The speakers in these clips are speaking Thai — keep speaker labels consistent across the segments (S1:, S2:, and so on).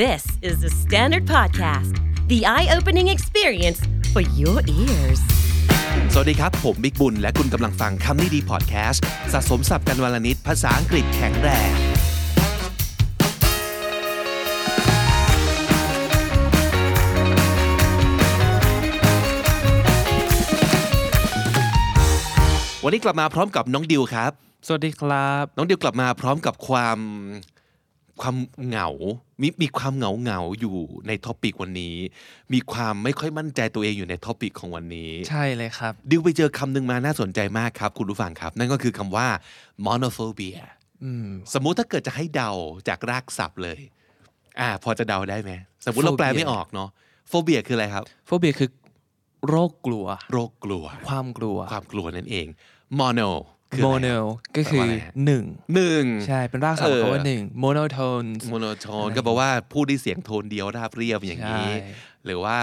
S1: This is the Standard Podcast, the eye opening experience for your ears.
S2: สวัสดีครับ ผมบิ๊กบุญ และคุณกำลังฟังคำนี้ดีพอดแคสต์สะสมสับกันวลนิดภาษาอังกฤษแข็งแรง วันนี้กลับมาพร้อมกับน้องดิวครับ
S3: สวัสดีครับ
S2: น้องดิวกลับมาพร้อมกับความความเหงา มีมีความเหงาเหงาๆอยู่ในท็อปิกวันนี้ มีความไม่ค่อยมั่นใจตัวเองอยู่ในท็อปิกของวันนี้
S3: ใช่เลยครับ
S2: ดิวไปเจอคำหนึ่งมาน่าสนใจมากครับ คุณผู้ฟังครับ นั่นก็คือคำว่า monophobia
S3: อืม
S2: สมมุติถ้าเกิดจะให้เดาจากรากศัพท์เลย อ่า พอจะเดาได้ไหม สมมุติเรา
S3: Phobia
S2: แปลไม่ออกเนาะ phobia คืออะไรครับ
S3: โฟเบียคือโรคกลัว
S2: โรคกลัว
S3: ความกลัว
S2: ความกลัวนั่นเอง mono คือ
S3: โม
S2: อะไร
S3: โน
S2: ครับ
S3: ก็คื
S2: แปลว่าอะ
S3: อ
S2: ไรฮะ
S3: หนึ่ง
S2: หนึ่ง
S3: ใช่เป็นรากศัพ
S2: เอ
S3: ท์
S2: อ
S3: คำว่าหนึ่งโมโนโทน
S2: โมโนโทนก็แปลว่าผู้ที่เสียงโทนเดียวราบเรียบอย่างนี้
S3: ใช่
S2: หรือว่า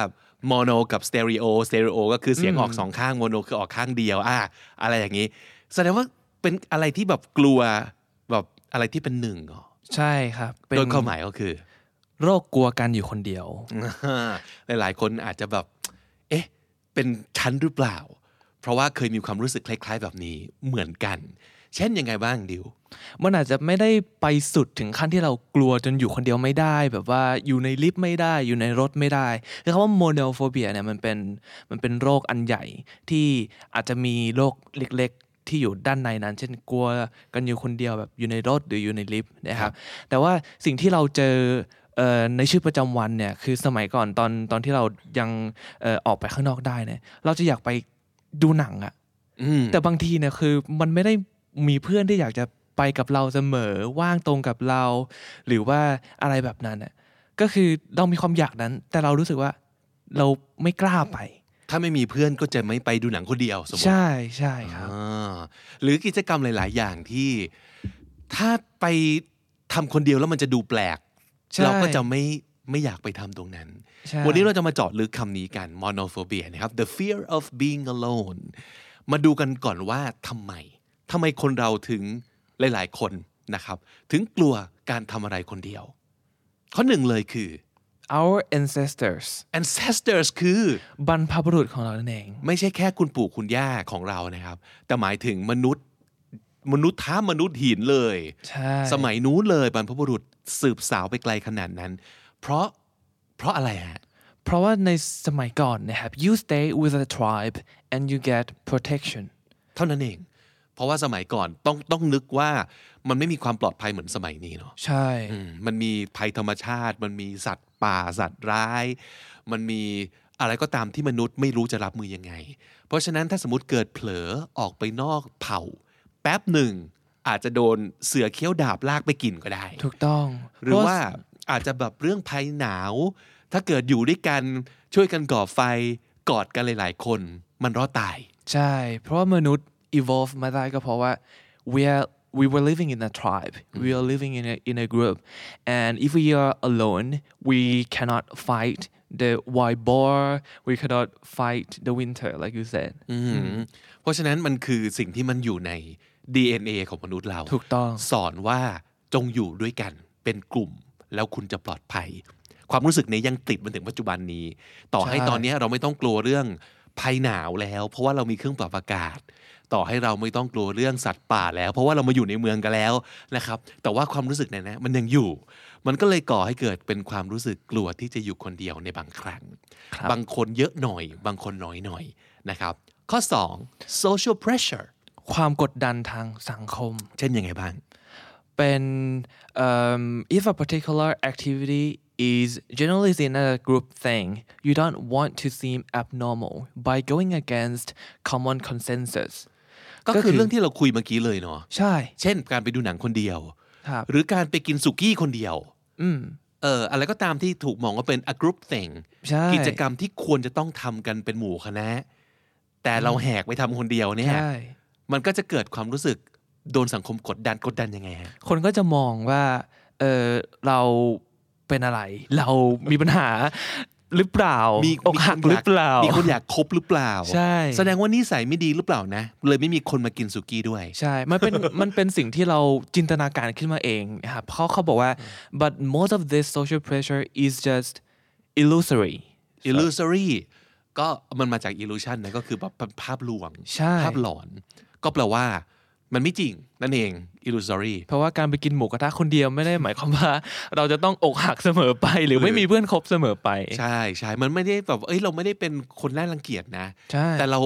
S2: โมโนกับสเตอริโอสเตอริโอก็คือเสียงออกสองข้างโมโนคือออกข้างเดียวอ่ะอะไรอย่างนี้ แสดงว่าเป็นอะไรที่แบบกลัวแบบอะไรที่เป็นหนึ่งเหรอ
S3: ใช่ครับ เป็น
S2: โดยความหมายก็คือ
S3: โรคกลัวกันอยู่คนเดียว
S2: หลายๆ คนอาจจะแบบ เอ๊ะ เป็นชั้นหรือเปล่า เพราะว่าเคยมีความรู้สึกคล้าย ๆ แบบนี้เหมือนกัน เช่นยังไงบ้างดิว
S3: มันอาจจะไม่ได้ไปสุดถึงขั้นที่เรากลัวจนอยู่คนเดียวไม่ได้ แบบว่าอยู่ในลิฟต์ไม่ได้อยู่ในรถไม่ได้คือคำว่าโมโนโฟเบียเนี่ยมันเป็นมันเป็นโรคอันใหญ่ที่อาจจะมีโรคเล็กๆ ที่อยู่ด้านในนั้น เช่นกลัวกันอยู่คนเดียวแบบอยู่ในรถหรืออยู่ในลิฟต์นะครับแต่ว่าสิ่งที่เราเจอเอ่อในชีวิตประจำวันเนี่ยคือสมัยก่อนตอนตอนที่เรายังเอ่อออกไปข้างนอกได้เนี่ยเราจะอยากไปดูหนังอะ
S2: อืม
S3: แต่บางทีเนี่ยคือมันไม่ได้มีเพื่อนที่อยากจะไปกับเราเสมอว่างตรงกับเรา หรือว่าอะไรแบบนั้นน่ะก็คือเรามีความอยากนั้น แต่เรารู้สึกว่าเราไม่กล้าไป
S2: ถ้าไม่มีเพื่อนก็จะไม่ไปดูหนังคนเดียวสมมติ
S3: ใช่ใช่ครับ
S2: อ่าหรือกิจกรรมหลาย ๆ อย่างที่ถ้าไปทำคนเดียวแล้วมันจะดูแปลก
S3: ใช่
S2: เราก็จะไม่ไม่อยากไปทำตรงนั้น
S3: ใช่
S2: วันนี้เราจะมาเจาะลึกคำนี้กัน monophobia นะครับ the fear of being alone มาดูกันก่อนว่าทำไมทำไมคนเราถึงหลาย ๆ คนนะครับ ถึงกลัวการทำอะไรคนเดียว ข้อหนึ่งเลยคือ
S3: our ancestors
S2: ancestors คือ
S3: บรรพบุรุษของเรานั่นเอง
S2: ไม่ใช่แค่คุณปู่คุณย่าของเรานะครับ แต่หมายถึงมนุษย์มนุษย์ท้ามนุษย์หินเลย
S3: ใช่
S2: สมัยนู้นเลยบรรพบุรุษสืบสาวไปไกลขนาดนั้น เพราะเพราะอะไรฮะ
S3: เพราะว่าในสมัยก่อนนะครับ you stay with the tribe and you get protection
S2: เท่านั้นเอง เพราะว่าสมัยก่อนต้องต้องนึกว่ามันไม่มีความปลอดภัยเหมือนสมัยนี้เนาะ
S3: ใช่
S2: อืมมันมีภัยธรรมชาติ มันมีสัตว์ป่าสัตว์ร้าย มันมีอะไรก็ตามที่มนุษย์ไม่รู้จะรับมือยังไง เพราะฉะนั้นถ้าสมมติเกิดเผลอออกไปนอกเผ่า แป๊บหนึ่งอาจจะโดนเสือเขี้ยวดาบลากไปกินก็ได้
S3: ถูกต้อง
S2: หรือ
S3: เพะ
S2: ว่าอาจจะแบบเรื่องภัยหนาว ถ้าเกิดอยู่ด้วยกันช่วยกันก่อไฟกอดกันหลาย ๆ คน มันรอดตาย
S3: ใช่ เพราะว่ามนุษย์ evolve มาได้ก็เพราะว่า we are we were living in a tribe we are living in a in a group and if we are alone we cannot fight the wild boar we cannot fight the winter like you said
S2: Mm. เพราะฉะนั้นมันคือสิ่งที่มันอยู่ใน DNA ของมนุษย์เรา
S3: ถูกต้อง
S2: สอนว่าจงอยู่ด้วยกันเป็นกลุ่มแล้วคุณจะปลอดภัย ความรู้สึกนี้ยังติดมาถึงปัจจุบันนี้ ต่อให้
S3: ใช่
S2: ตอนนี้เราไม่ต้องกลัวเรื่องภัยหนาวแล้ว เพราะว่าเรามีเครื่องปรับอากาศ ต่อให้เราไม่ต้องกลัวเรื่องสัตว์ป่าแล้ว เพราะว่าเรามาอยู่ในเมืองกันแล้วนะครับ แต่ว่าความรู้สึกนั้นนะมันยังอยู่ มันก็เลยก่อให้เกิดเป็นความรู้สึกกลัวที่จะอยู่คนเดียวในบางครั้ง บางคนเยอะหน่อย บางคนน้อยหน่อยนะครับ ข้อ 2 social pressure
S3: ความกดดันทางสังคม
S2: เช่นยังไงบ้าง
S3: เป็นเอิ่ม if a particular activity is generally seen as a group thing you don't want to seem abnormal by going against common consensus
S2: ก็คือเรื่องที่เราคุยเมื่อกี้เลยเนาะ
S3: ใช่
S2: เช่นการไปดูหนังคนเดียว
S3: ครับ
S2: หรือการไปกินสุกี้คนเดียวเอออะไรก็ตามที่ถูกมองว่าเป็น a group thing
S3: ใช่
S2: กิจกรรมที่ควรจะต้องทำกันเป็นหมู่คณะ แต่เราแหกไปทำคนเดียวเนี่ย
S3: ใช่
S2: มันก็จะเกิดความรู้สึกโดนสังคมกดดันกดดันยังไงฮะ
S3: คนก็จะมองว่าเออเราเป็นอะไร เรามีปัญหา หรือเปล่า
S2: มี
S3: อกหักหรือเปล่า
S2: มีคนอยากคบหรือเปล่า
S3: ใช่
S2: แสดงว่านิสัยไม่ดีหรือเปล่านะ เลยไม่มีคนมากินสุกี้ด้วย
S3: ใช่ มันเป็น มันเป็นสิ่งที่เราจินตนาการขึ้นมาเองนะครับเพราะเขาบอกว่า but most of this social pressure is just illusory
S2: illusory ก็มันมาจาก illusion นะก็คือแบบเป็นภาพลวง
S3: ใช่
S2: ภาพหลอน ก็แปลว่ามันไม่จริงนั่นเอง illusory
S3: เพราะว่าการไปกินหมูกระทะคนเดียวไม่ได้หมายความว่า เราจะต้องอกหักเสมอไป หรือไม่มีเพื่อนคบเสมอไป
S2: ใช่ใช่มันไม่ได้แบบเอ้ยเราไม่ได้เป็นคนน่ารังเกียจนะ
S3: ใช่
S2: แต่เรา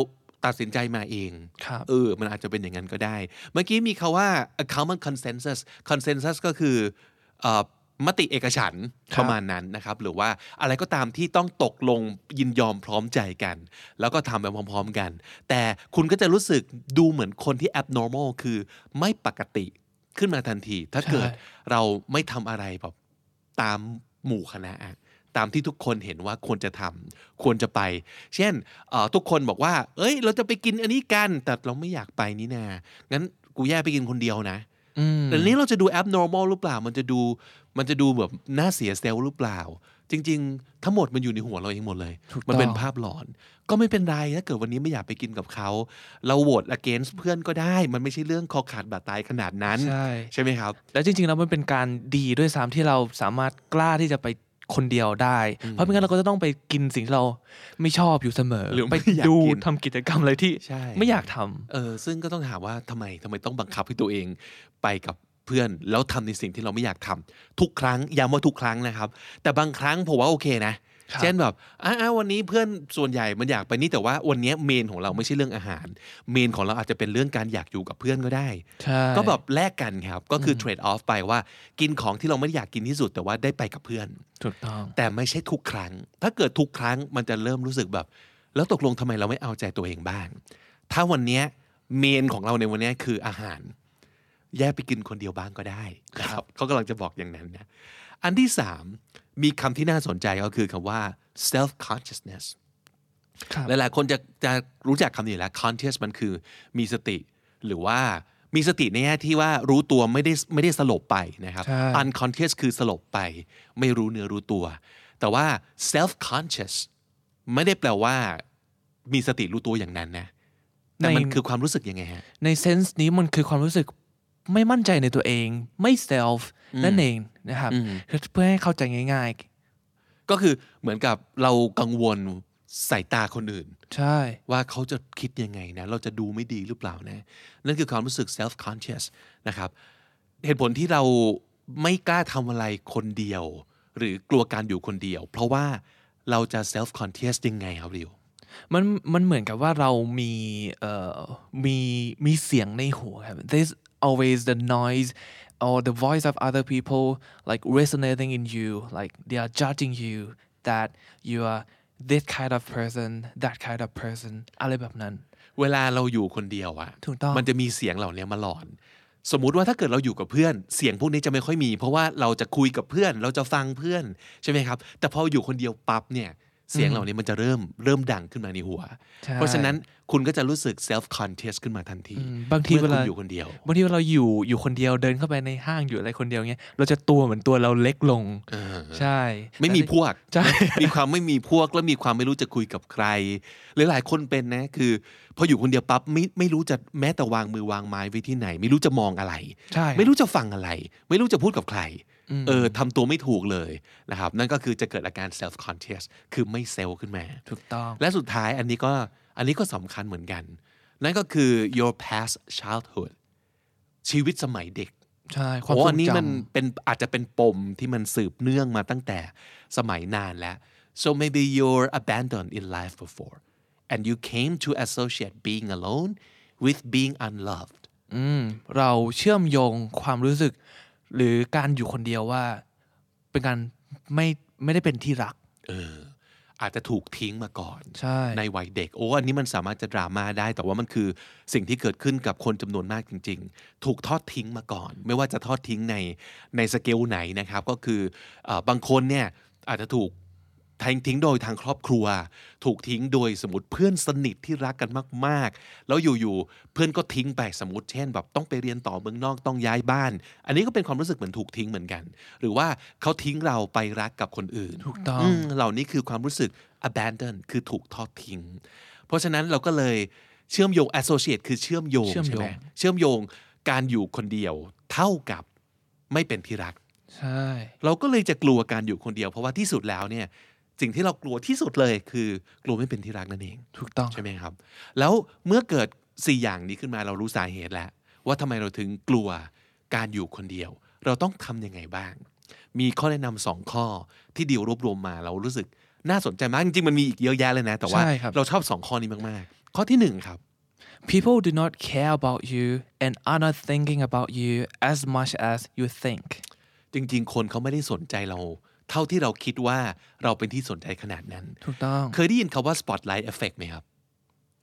S2: ตัดสินใจมาเอง
S3: ครับ
S2: เออ มันอาจจะเป็นอย่างนั้นก็ได้ เมื่อกี้มีคาว่า a common consensus consensus ก็คือเอ่อมติเอกฉันท์ประมาณนั้นนะครับ หรือว่าอะไรก็ตามที่ต้องตกลงยินยอมพร้อมใจกัน แล้วก็ทำไปพร้อมๆกัน แต่คุณก็จะรู้สึกดูเหมือนคนที่ abnormal คือไม่ปกติขึ้นมาทันที ถ้าเกิดเราไม่ทำอะไรแบบตามหมู่คณะอะ ตามที่ทุกคนเห็นว่าควรจะทำควรจะไป เช่นเอ่อทุกคนบอกว่า เอ้ย เราจะไปกินอันนี้กัน แต่เราไม่อยากไปนี่นางั้นกูแย่ไปกินคนเดียวนะ
S3: อืม
S2: แต่นี้เราจะดู abnormal หรือเปล่า มันจะดูมันจะดูแบบน่าเสียเซลล์หรือเปล่า จริง ๆ ทั้งหมดมันอยู่ในหัวเราเองหมดเลย
S3: ถูกต้อง
S2: มัเป็นภาพหลอน ก็ไม่เป็นไรถ้าเกิดวันนี้ไม่อยากไปกินกับเขาเราโหวต against เพื่อนก็ได้ มันไม่ใช่เรื่องคอขาดบาดตายขนาดนั้น
S3: ใช่
S2: ใช่ไหมครับ
S3: แล้วจริงๆแล้วมันเป็นการดีด้วยซ้ำที่เราสามารถกล้าที่จะไปคนเดียวได้ เพราะไม่งั้นเราก็จะต้องไปกินสิ่งที่เราไม่ชอบอยู่เสมอ
S2: หรือไม่
S3: ไป
S2: อยาก
S3: ดู
S2: กิน
S3: ทำกิจกรรมอะไรที่
S2: ใช่
S3: ไม่อยากทำ
S2: เออซึ่งก็ต้องถามว่าทำไมทำไมต้องบังคับให้ตัวเองไปกับเพื่อน แล้วทำในสิ่งที่เราไม่อยากทำทุกครั้งย้ำว่าทุกครั้งนะครับ แต่บางครั้งผมว่าโอเคนะ
S3: ครับ
S2: เช่นแบบอ่าวันนี้เพื่อนส่วนใหญ่มันอยากไปนี่แต่ว่าวันนี้เมนของเราไม่ใช่เรื่องอาหาร เมนของเราอาจจะเป็นเรื่องการอยากอยู่กับเพื่อนก็ได้
S3: ใช่
S2: ก็แบบแลกกันครับ ก็คือเทรดออฟไปว่ากินของที่เราไม่ได้อยากกินที่สุดแต่ว่าได้ไปกับเพื่อน
S3: ถูกต้อง
S2: แต่ไม่ใช่ทุกครั้ง ถ้าเกิดทุกครั้งมันจะเริ่มรู้สึกแบบ แล้วตกลงทำไมเราไม่เอาใจตัวเองบ้าง ถ้าวันเนี้ยเมนของเราในวันเนี้ยคืออาหาร แยกไปกินคนเดียวบ้างก็ได้นะครับเขากำลังจะบอกอย่างนั้นนะ อันที่สามมีคำที่น่าสนใจก็คือคำว่า self consciousness
S3: ครับ
S2: หลายๆคนจะจะรู้จักคำนี้อยู่แล้ว conscious มันคือมีสติ หรือว่ามีสติในแง่ที่ว่ารู้ตัวไม่ได้ไม่ได้สลบไปนะครับ
S3: ใช่
S2: unconscious คือสลบไป ไม่รู้เนื้อรู้ตัว แต่ว่า self conscious ไม่ได้แปลว่า มีสติรู้ตัวอย่างนั้นนะ แต่มัน
S3: ใน
S2: คือความรู้สึกยังไงฮะ
S3: ในเซนส์นี้มันคือความรู้สึกไม่มั่นใจในตัวเองไม่ self นั่นเองนะครับคือเพื่อให้เข้าใจง่าย
S2: ก็คือเหมือนกับเรากังวลสายตาคนอื่น
S3: ๆ ใช่
S2: ว่าเขาจะคิดยังไงนะ เราจะดูไม่ดีหรือเปล่านะ นั่นคือความรู้สึก self conscious นะครับ เหตุผลที่เราไม่กล้าทำอะไรคนเดียว หรือกลัวการอยู่คนเดียว เพราะว่าเราจะ self conscious ยังไงครับริว
S3: มันมันเหมือนกับว่าเรามีเอ่อมีมีเสียงในหัวครับ there's always the noise or the voice of other people like resonating in you like they are judging you that you are this kind of person that kind of person อะไรแบบนั้น
S2: เวลาเราอยู่คนเดียวอะ
S3: ถูกต้อง
S2: มันจะมีเสียงเหล่านี้มาหลอน สมมุติว่าถ้าเกิดเราอยู่กับเพื่อน เสียงพวกนี้จะไม่ค่อยมี เพราะว่าเราจะคุยกับเพื่อน เราจะฟังเพื่อนใช่ไหมครับ แต่พออยู่คนเดียวปั๊บเนี่ยเสียงเหล่านี้มันจะเริ่มเริ่มดังขึ้นมาในหัว
S3: ใช่
S2: เพราะฉะนั้นคุณก็จะรู้สึก self conscious ขึ้นมาทันที
S3: อืมบางทีเว
S2: มื่อคุ
S3: ลา
S2: ณอยู่คนเดียว
S3: บางทีเวลาเราอยู่อยู่คนเดียวเดินเข้าไปในห้างอยู่อะไรคนเดียวเงี้ยเราจะตัวเหมือนตัวเราเล็กลง ใช่
S2: ไม่มีพวก
S3: ใช่
S2: มีความไม่มีพวกแล้วมีความไม่รู้จะคุยกับใคร หลายๆคนเป็นนะคือพออยู่คนเดียวปั๊บไม่ไม่รู้จะแม้แต่วางมือวางไม้ไว้ที่ไหน ไม่รู้จะมองอะไร
S3: ใช่
S2: ไม่รู้จะฟังอะไร ไม่รู้จะพูดกับใคร เออทำตัวไม่ถูกเลยนะครับ นั่นก็คือจะเกิดอาการ self conscious คือไม่เซลล์ขึ้นมา
S3: ถูกต้อง
S2: และสุดท้ายอันนี้ก็อันนี้ก็สำคัญเหมือนกัน นั่นก็คือ your past childhood ชีวิตสมัยเด็ก
S3: ใช่ความ
S2: โอ้
S3: ทร
S2: อั
S3: ง
S2: นนี้
S3: จ
S2: มันเป็นอาจจะเป็นปมที่มันสืบเนื่องมาตั้งแต่สมัยนานแล้ว so maybe you're abandoned in life before and you came to associate being alone with being unloved
S3: ำอืมเราเชื่อมโยงความรู้สึก หรือการอยู่คนเดียวว่า เป็นการไม่ไม่ได้เป็นที่รัก
S2: เอออาจจะถูกทิ้งมาก่อน
S3: ใช่
S2: วัยเด็ก โอ้อันนี้มันสามารถจะดราม่าได้ แต่ว่ามันคือสิ่งที่เกิดขึ้นกับคนจำนวนมากจริง ๆ ถูกทอดทิ้งมาก่อน ไม่ว่าจะทอดทิ้งในในสเกลไหนนะครับ ก็คือเออบางคนเนี่ยอาจจะถูก ทิ้งทิ้งโดยทางครอบครัว ถูกทิ้งโดยสมมติเพื่อนสนิทที่รักกันมาก ๆ แล้วอยู่ๆเพื่อนก็ทิ้งไปสมมติเช่นแบบต้องไปเรียนต่อเมืองนอกต้องย้ายบ้าน อันนี้ก็เป็นความรู้สึกเหมือนถูกทิ้งเหมือนกัน หรือว่าเขาทิ้งเราไปรักกับคนอื่น
S3: ถูกต้อง
S2: มเหล่านี้คือความรู้สึก abandon คือถูกทอดทิ้ง เพราะฉะนั้นเราก็เลยเชื่อมโยง associate คือเชื่อมโยง
S3: เชื่อมโย
S2: ใช่
S3: ง
S2: ไหมเชื่อมโยงการอยู่คนเดียวเท่ากับไม่เป็นที่รัก
S3: ใช่
S2: เราก็เลยจะกลัวการอยู่คนเดียว เพราะว่าที่สุดแล้วเนี่ยสิ่งที่เรากลัวที่สุดเลยคือกลัวไม่เป็นที่รักนั่นเอง
S3: ถูกต้อง
S2: ใช่ไหมครับ แล้วเมื่อเกิด 4 อย่างนี้ขึ้นมาเรารู้สาเหตุแล้ว ว่าทำไมเราถึงกลัวการอยู่คนเดียว เราต้องทำยังไงบ้าง มีข้อแนะนำสองข้อที่ดิวรวบรวมมาเรารู้สึกน่าสนใจมาก จริงๆ มันมีอีกเยอะแยะเลยนะ แต่ว่า
S3: ใช่ครับ
S2: เราชอบสองข้อนี้มาก ๆ ข้อที่หนึ่งครับ
S3: people do not care about you and are not thinking about you as much as you think
S2: จริง ๆ คนเขาไม่ได้สนใจเรา เท่าที่เราคิดว่าเราเป็นที่สนใจขนาดนั้น
S3: ถูกต้อง
S2: เคยได้ยินคำว่า spotlight effect ไหมครับ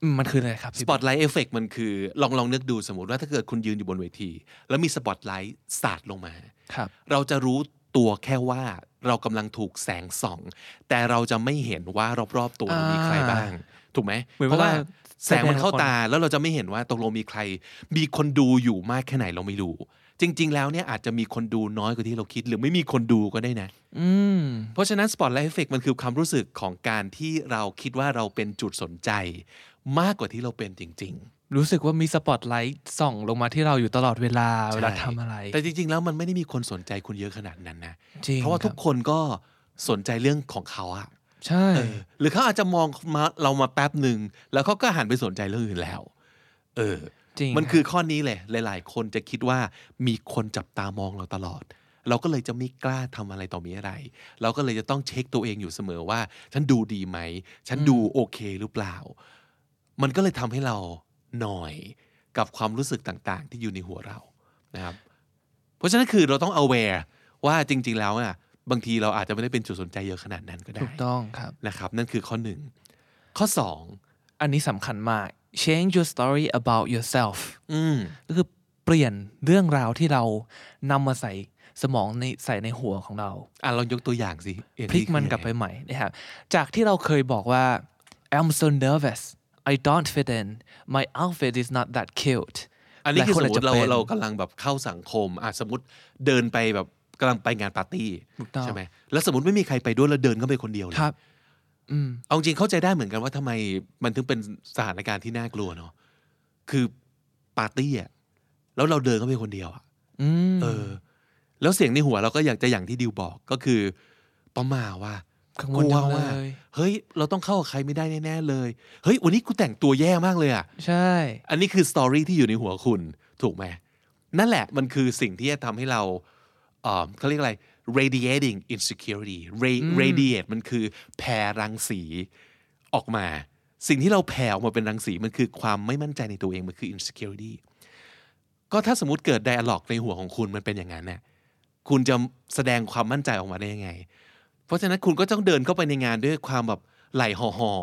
S3: อืมมันคืออะไรครับ
S2: ส
S3: พี่
S2: ปอตไลท์เอฟเฟกมันคือลองลองนึกดูสมมติว่าถ้าเกิดคุณยืนอยู่บนเวที แล้วมีสปอตไลท์สาดลงมา
S3: ครับ
S2: เราจะรู้ตัวแค่ว่าเรากำลังถูกแสงส่อง แต่เราจะไม่เห็นว่ารอบๆตัวเรามีใครบ้าง ถูกไหม
S3: เหมือน
S2: เพราะว่า
S3: เวลา
S2: แสงมันเข้า
S3: แสดงละคร
S2: ตาแล้วเราจะไม่เห็นว่าตกลงมีใคร มีคนดูอยู่มากแค่ไหนเราไม่รู้ จริง ๆ แล้วเนี่ยอาจจะมีคนดูน้อยกว่าที่เราคิด หรือไม่มีคนดูก็ได้นะ
S3: อืม
S2: เพราะฉะนั้น Spotlight Effect มันคือความรู้สึกของการที่เราคิดว่าเราเป็นจุดสนใจ มากกว่าที่เราเป็นจริง ๆ
S3: รู้สึกว่ามีสปอตไลท์ส่องลงมาที่เราอยู่ตลอดเวลาเวลา
S2: ใช่
S3: ทำอะไร
S2: แต่จริง ๆ แล้วมันไม่ได้มีคนสนใจคุณเยอะขนาดนั้นนะ
S3: จริง
S2: เพราะว่าทุก
S3: คบ
S2: คนก็สนใจเรื่องของเขาอะ
S3: ใช่
S2: เออ หรือเขาอาจจะมองมาเรามาแป๊บหนึ่ง แล้วเขาก็หันไปสนใจเรื่องอื่นแล้ว เออ
S3: จริง
S2: มันคือ
S3: รับ
S2: ข้อนี้เลยหลาย ๆ คนจะคิดว่ามีคนจับตามองเราตลอด เราก็เลยจะไม่กล้าทำอะไรต่อมีอะไร เราก็เลยจะต้องเช็คตัวเองอยู่เสมอว่า ฉันดูดีไหม ฉันดูโอเคหรือเปล่า มันก็เลยทำให้เราหน่อยกับความรู้สึกต่าง ๆ ที่อยู่ในหัวเรานะครับ เพราะฉะนั้นคือเราต้อง aware ว่าจริง ๆ แล้วอ่ะบางทีเราอาจจะไม่ได้เป็นจุดสนใจเยอะขนาดนั้นก็ได้
S3: ถูกต้องครับ
S2: นะครับ นั่นคือข้อหนึ่งข้อสอง
S3: อันนี้สำคัญมาก change your story about yourself
S2: อืม
S3: ก็คือเปลี่ยนเรื่องราวที่เรานำมาใส่สมองในใส่ในหัวของเรา
S2: อ่ะลองยกตัวอย่างสิเอ็
S3: พลิกมัน
S2: คือก
S3: ลับไป
S2: ยังง
S3: ใหม่นะครับ จากที่เราเคยบอกว่า I'm so nervous I don't fit in my outfit is not that cute
S2: อันนี้คือ
S3: ห
S2: ส
S3: ล
S2: ม
S3: ย
S2: มติ
S3: จจะ
S2: เรา
S3: ป็น
S2: เรากำลังแบบเข้าสังคมอ่ะสมมติเดินไปแบบกำลังไปงานปาร์ตี้
S3: ถูกต้อง
S2: ใช่ไหมแล้วสมมติไม่มีใครไปด้วยแล้วเดินเข้าไปคนเดียวเลย
S3: ครับ อืม
S2: เอาจริงเข้าใจได้เหมือนกันว่าทำไมมันถึงเป็นสถานการณ์ที่น่ากลัวเนาะคือปาร์ตี้อ่ะแล้วเราเดินเข้าไปคนเดียวอ่ะ
S3: อืม
S2: เออ แล้วเสียงในหัวเราก็อยากจะอย่างที่ดิวบอกก็คือประมาว่า
S3: กังวลจังเลย
S2: เฮ้ย เราต้องเข้ากับใครไม่ได้แน่ๆเลย เฮ้ย วันนี้กูแต่งตัวแย่มากเลยอ่ะ
S3: ใช่
S2: อันนี้คือสตอรี่ที่อยู่ในหัวคุณ ถูกไหม นั่นแหละมันคือสิ่งที่จะทำให้เราเอ่อเขาเรียกอะไร radiating insecurity Ra- radiate มันคือแผ่รังสีออกมา สิ่งที่เราแผ่ออกมาเป็นรังสี มันคือความไม่มั่นใจในตัวเอง มันคือ insecurity ก็ถ้าสมมติเกิด dialog ในหัวของคุณมันเป็นอย่างนั้นเนี่ยคุณจะแสดงความมั่นใจออกมาได้ยังไง เพราะฉะนั้นคุณก็ต้องเดินเข้าไปในงานด้วยความแบบไหลห่อ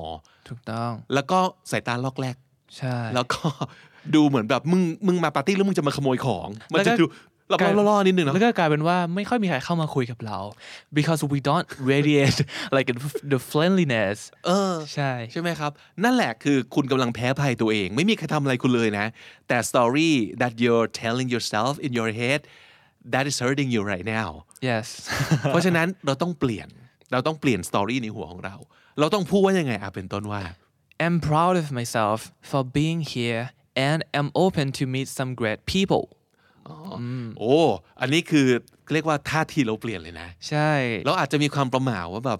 S3: ถูกต้อง
S2: ๆแล้วก็สายตาลอกแลก
S3: ใช่
S2: แล้วก็ ดูเหมือนแบบมึงมึงมาปาร์ตี้แล้วมึงจะมาขโมยของ มันจะดูหลับๆล่อๆนิดนึงเนอะ
S3: แล้วก็กลายเป็นว่าไม่ค่อยมีใครเข้ามาคุยกับเรา because we don't radiate like the friendliness
S2: เออ
S3: ใช่
S2: ใช่ไหมครับ นั่นแหละคือคุณกำลังแพ้ภัยตัวเอง ไม่มีใครทำอะไรคุณเลยนะ แต่ story that you're telling yourself in your head that is hurting you right now
S3: yes
S2: เพราะฉะนั้นเราต้องเปลี่ยนเราต้องเปลี่ยน story ในหัวของเรา เราต้องพูดว่ายังไงอ่ะเป็นต้นว่า
S3: I'm proud of myself for being here and am open to meet some great people
S2: โอ้อันนี้คือเรียกว่าท่าทีเราเปลี่ยนเลยนะ
S3: ใช่
S2: เราอาจจะมีความประหม่าว่าแบบ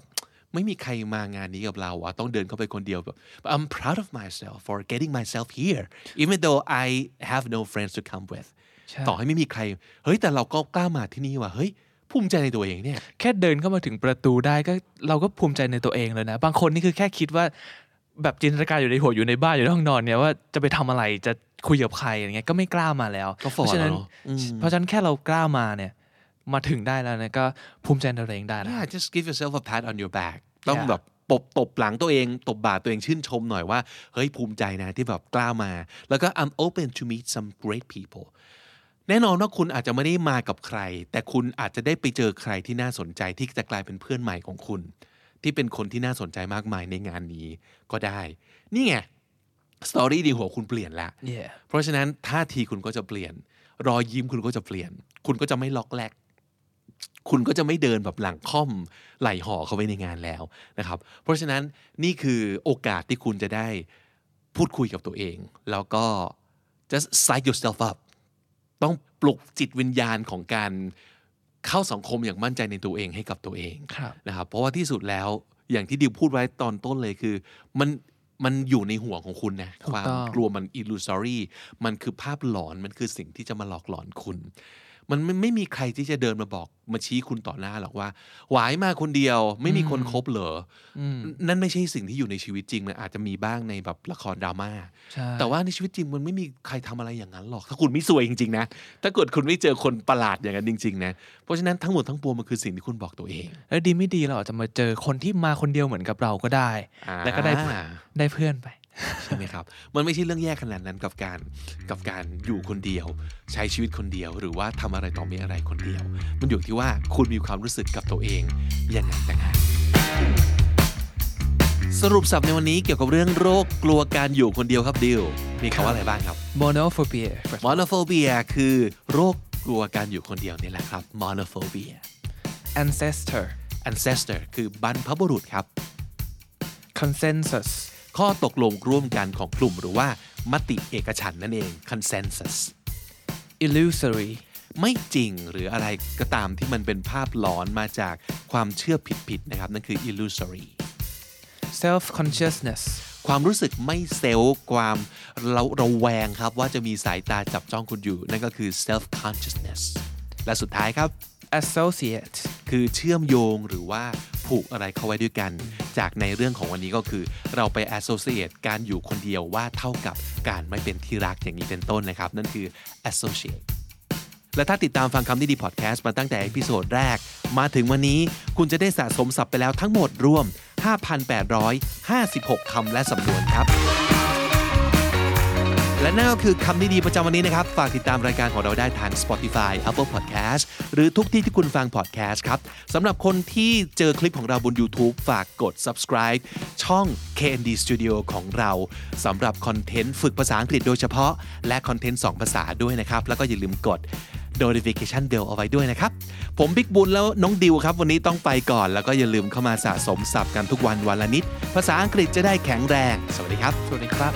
S2: ไม่มีใครมางานนี้กับเราอะต้องเดินเข้าไปคนเดียวแบบ I'm proud of myself for getting myself here even though I have no friends to come with
S3: ใช่
S2: ต่อให้ไม่มีใคร เฮ้ย แต่เราก็กล้ามาที่นี่ว่ะเฮ้ย ภูมิใจในตัวเองเนี่ย
S3: แค่เดินเข้ามาถึงประตูได้ก็เราก็ภูมิใจในตัวเองเลยนะ บางคนนี่คือแค่คิดว่า แบบจินตนาการอยู่ในหัวอยู่ในบ้านอยู่ในห้องนอนเนี่ยว่าจะไปทำอะไรจะคุยกับใครอย่างเงี้ยก็ไม่กล้ามาแล้ว
S2: ก็ฝ่อ
S3: เพราะฉะนั้น
S2: แล้วเนอะอืม
S3: เพราะฉะนั้นแค่เรากล้ามาเนี่ยมาถึงได้แล้วเนี่ยก็ภูมิใจในตัวเองได้แล้ว
S2: yeah just give yourself a pat on your back ต้อง
S3: Yeah.
S2: แบบปบตบหลังตัวเอง ตบบ่าตัวเองชื่นชมหน่อยว่า เฮ้ย ภูมิใจนะที่แบบกล้ามา แล้วก็ I'm open to meet some great people แน่นอนว่าคุณอาจจะไม่ได้มากับใคร แต่คุณอาจจะได้ไปเจอใครที่น่าสนใจที่จะกลายเป็นเพื่อนใหม่ของคุณ ที่เป็นคนที่น่าสนใจมากมายในงานนี้ก็ได้ นี่ไงสตอรี่ดีหัวคุณเปลี่ยนละ
S3: yeah
S2: เพราะฉะนั้นท่าทีคุณก็จะเปลี่ยน รอยยิ้มคุณก็จะเปลี่ยน คุณก็จะไม่ล็อกแลก คุณก็จะไม่เดินแบบหลังค่อมไหลห่อเข้าไปในงานแล้วนะครับ เพราะฉะนั้นนี่คือโอกาสที่คุณจะได้พูดคุยกับตัวเอง แล้วก็ just psych yourself up ต้องปลุกจิตวิญญาณของการเข้าสังคมอย่างมั่นใจในตัวเองให้กับตัวเอง
S3: ครับ
S2: นะครับเพราะว่าที่สุดแล้วอย่างที่ดิวพูดไว้ตอนต้นเลยคือมันมันอยู่ในหัวของคุณนะ
S3: ถู
S2: ค
S3: ก
S2: วาม
S3: ต้อง
S2: กลัวมัน illusory มันคือภาพหลอนมันคือสิ่งที่จะมาหลอกหลอนคุณ มันไม่ไม่มีใครที่จะเดินมาบอกมาชี้คุณต่อหน้าหรอกว่า หวายมาคนเดียวไม่มีคนคบเหรออนั่นไม่ใช่สิ่งที่อยู่ในชีวิตจริงมันอาจจะมีบ้างในแบบละครดราม่า
S3: ใช่
S2: แต่ว่าในชีวิตจริงมันไม่มีใครทำอะไรอย่างนั้นหรอก ถ้าคุณไม่สวยจริงๆนะถ้าเกิดคุณไม่เจอคนประหลาดอย่างนั้นจริงๆนะเพราะฉะนั้นทั้งหมดทั้งปวงมันคือสิ่งที่คุณบอกตัวเอง
S3: แล้วดีไม่ดีเราอาจจะมาเจอคนที่มาคนเดียวเหมือนกับเราก็ได้
S2: อ่า
S3: แล้วก็ได้เพื่อนได้เพื่อนไป
S2: ใช่ไหมครับ มันไม่ใช่เรื่องแย่ขนาดนั้นกับการกับการอยู่คนเดียว ใช้ชีวิตคนเดียว หรือว่าทำอะไรต่อมีอะไรคนเดียว มันอยู่ที่ว่าคุณมีความรู้สึกกับตัวเองยังไงต่างหากสรุปสับในวันนี้เกี่ยวกับเรื่องโรคกลัวการอยู่คนเดียวครับดิวมีคำว่าอะไรบ้างครับ
S3: monophobia
S2: มอน o โฟเบียคือโรคกลัวการอยู่คนเดียวนี่แหละครับมอน o โฟเบีย
S3: ancestor
S2: ancestor คือบรรพบุรุษครับ
S3: consensus
S2: ข้อตกลงร่วมกันของกลุ่มหรือว่ามติเอกฉันท์นั่นเอง consensus
S3: illusory
S2: ไม่จริงหรืออะไรก็ตามที่มันเป็นภาพหลอนมาจากความเชื่อผิดๆนะครับ นั่นคือ illusory
S3: self consciousness
S2: ความรู้สึกไม่เซลล์ความเราระแวงครับ ว่าจะมีสายตาจับจ้องคุณอยู่ นั่นก็คือ self consciousness และสุดท้ายครับ
S3: associate
S2: คือเชื่อมโยงหรือว่าผูกอะไรเข้าไว้ด้วยกัน จากในเรื่องของวันนี้ก็คือ เราไป associate การอยู่คนเดียวว่าเท่ากับการไม่เป็นที่รักอย่างนี้เป็นต้นนะครับ นั่นคือ associate และถ้าติดตามฟังคำนี้ดีพอดแคสต์มาตั้งแต่เอพิโซดแรก มาถึงวันนี้คุณจะได้สะสมศัพท์ไปแล้วทั้งหมดรวม 5,856 คำและสำนวนครับ และนั่นก็คือคำนิดีประจำวันนี้นะครับ ฝากติดตามรายการของเราได้ทาง Spotify Apple Podcast หรือทุกที่ที่คุณฟัง podcast ครับสำหรับคนที่เจอคลิปของเราบน YouTube ฝากกด subscribe ช่อง KND Studio ของเราสำหรับคอนเทนต์ฝึกภาษาอังกฤษโดยเฉพาะ และคอนเทนต์2ภาษาด้วยนะครับ แล้วก็อย่าลืมกด notification bell เอาไว้ด้วยนะครับ ผมบิ๊กบุญแล้วน้องดิวครับ วันนี้ต้องไปก่อน แล้วก็อย่าลืมเข้ามาสะสมศัพท์กันทุกวันวันละนิด ภาษาอังกฤษจะได้แข็งแรง สวัสดีครับ
S3: สวัสดีครับ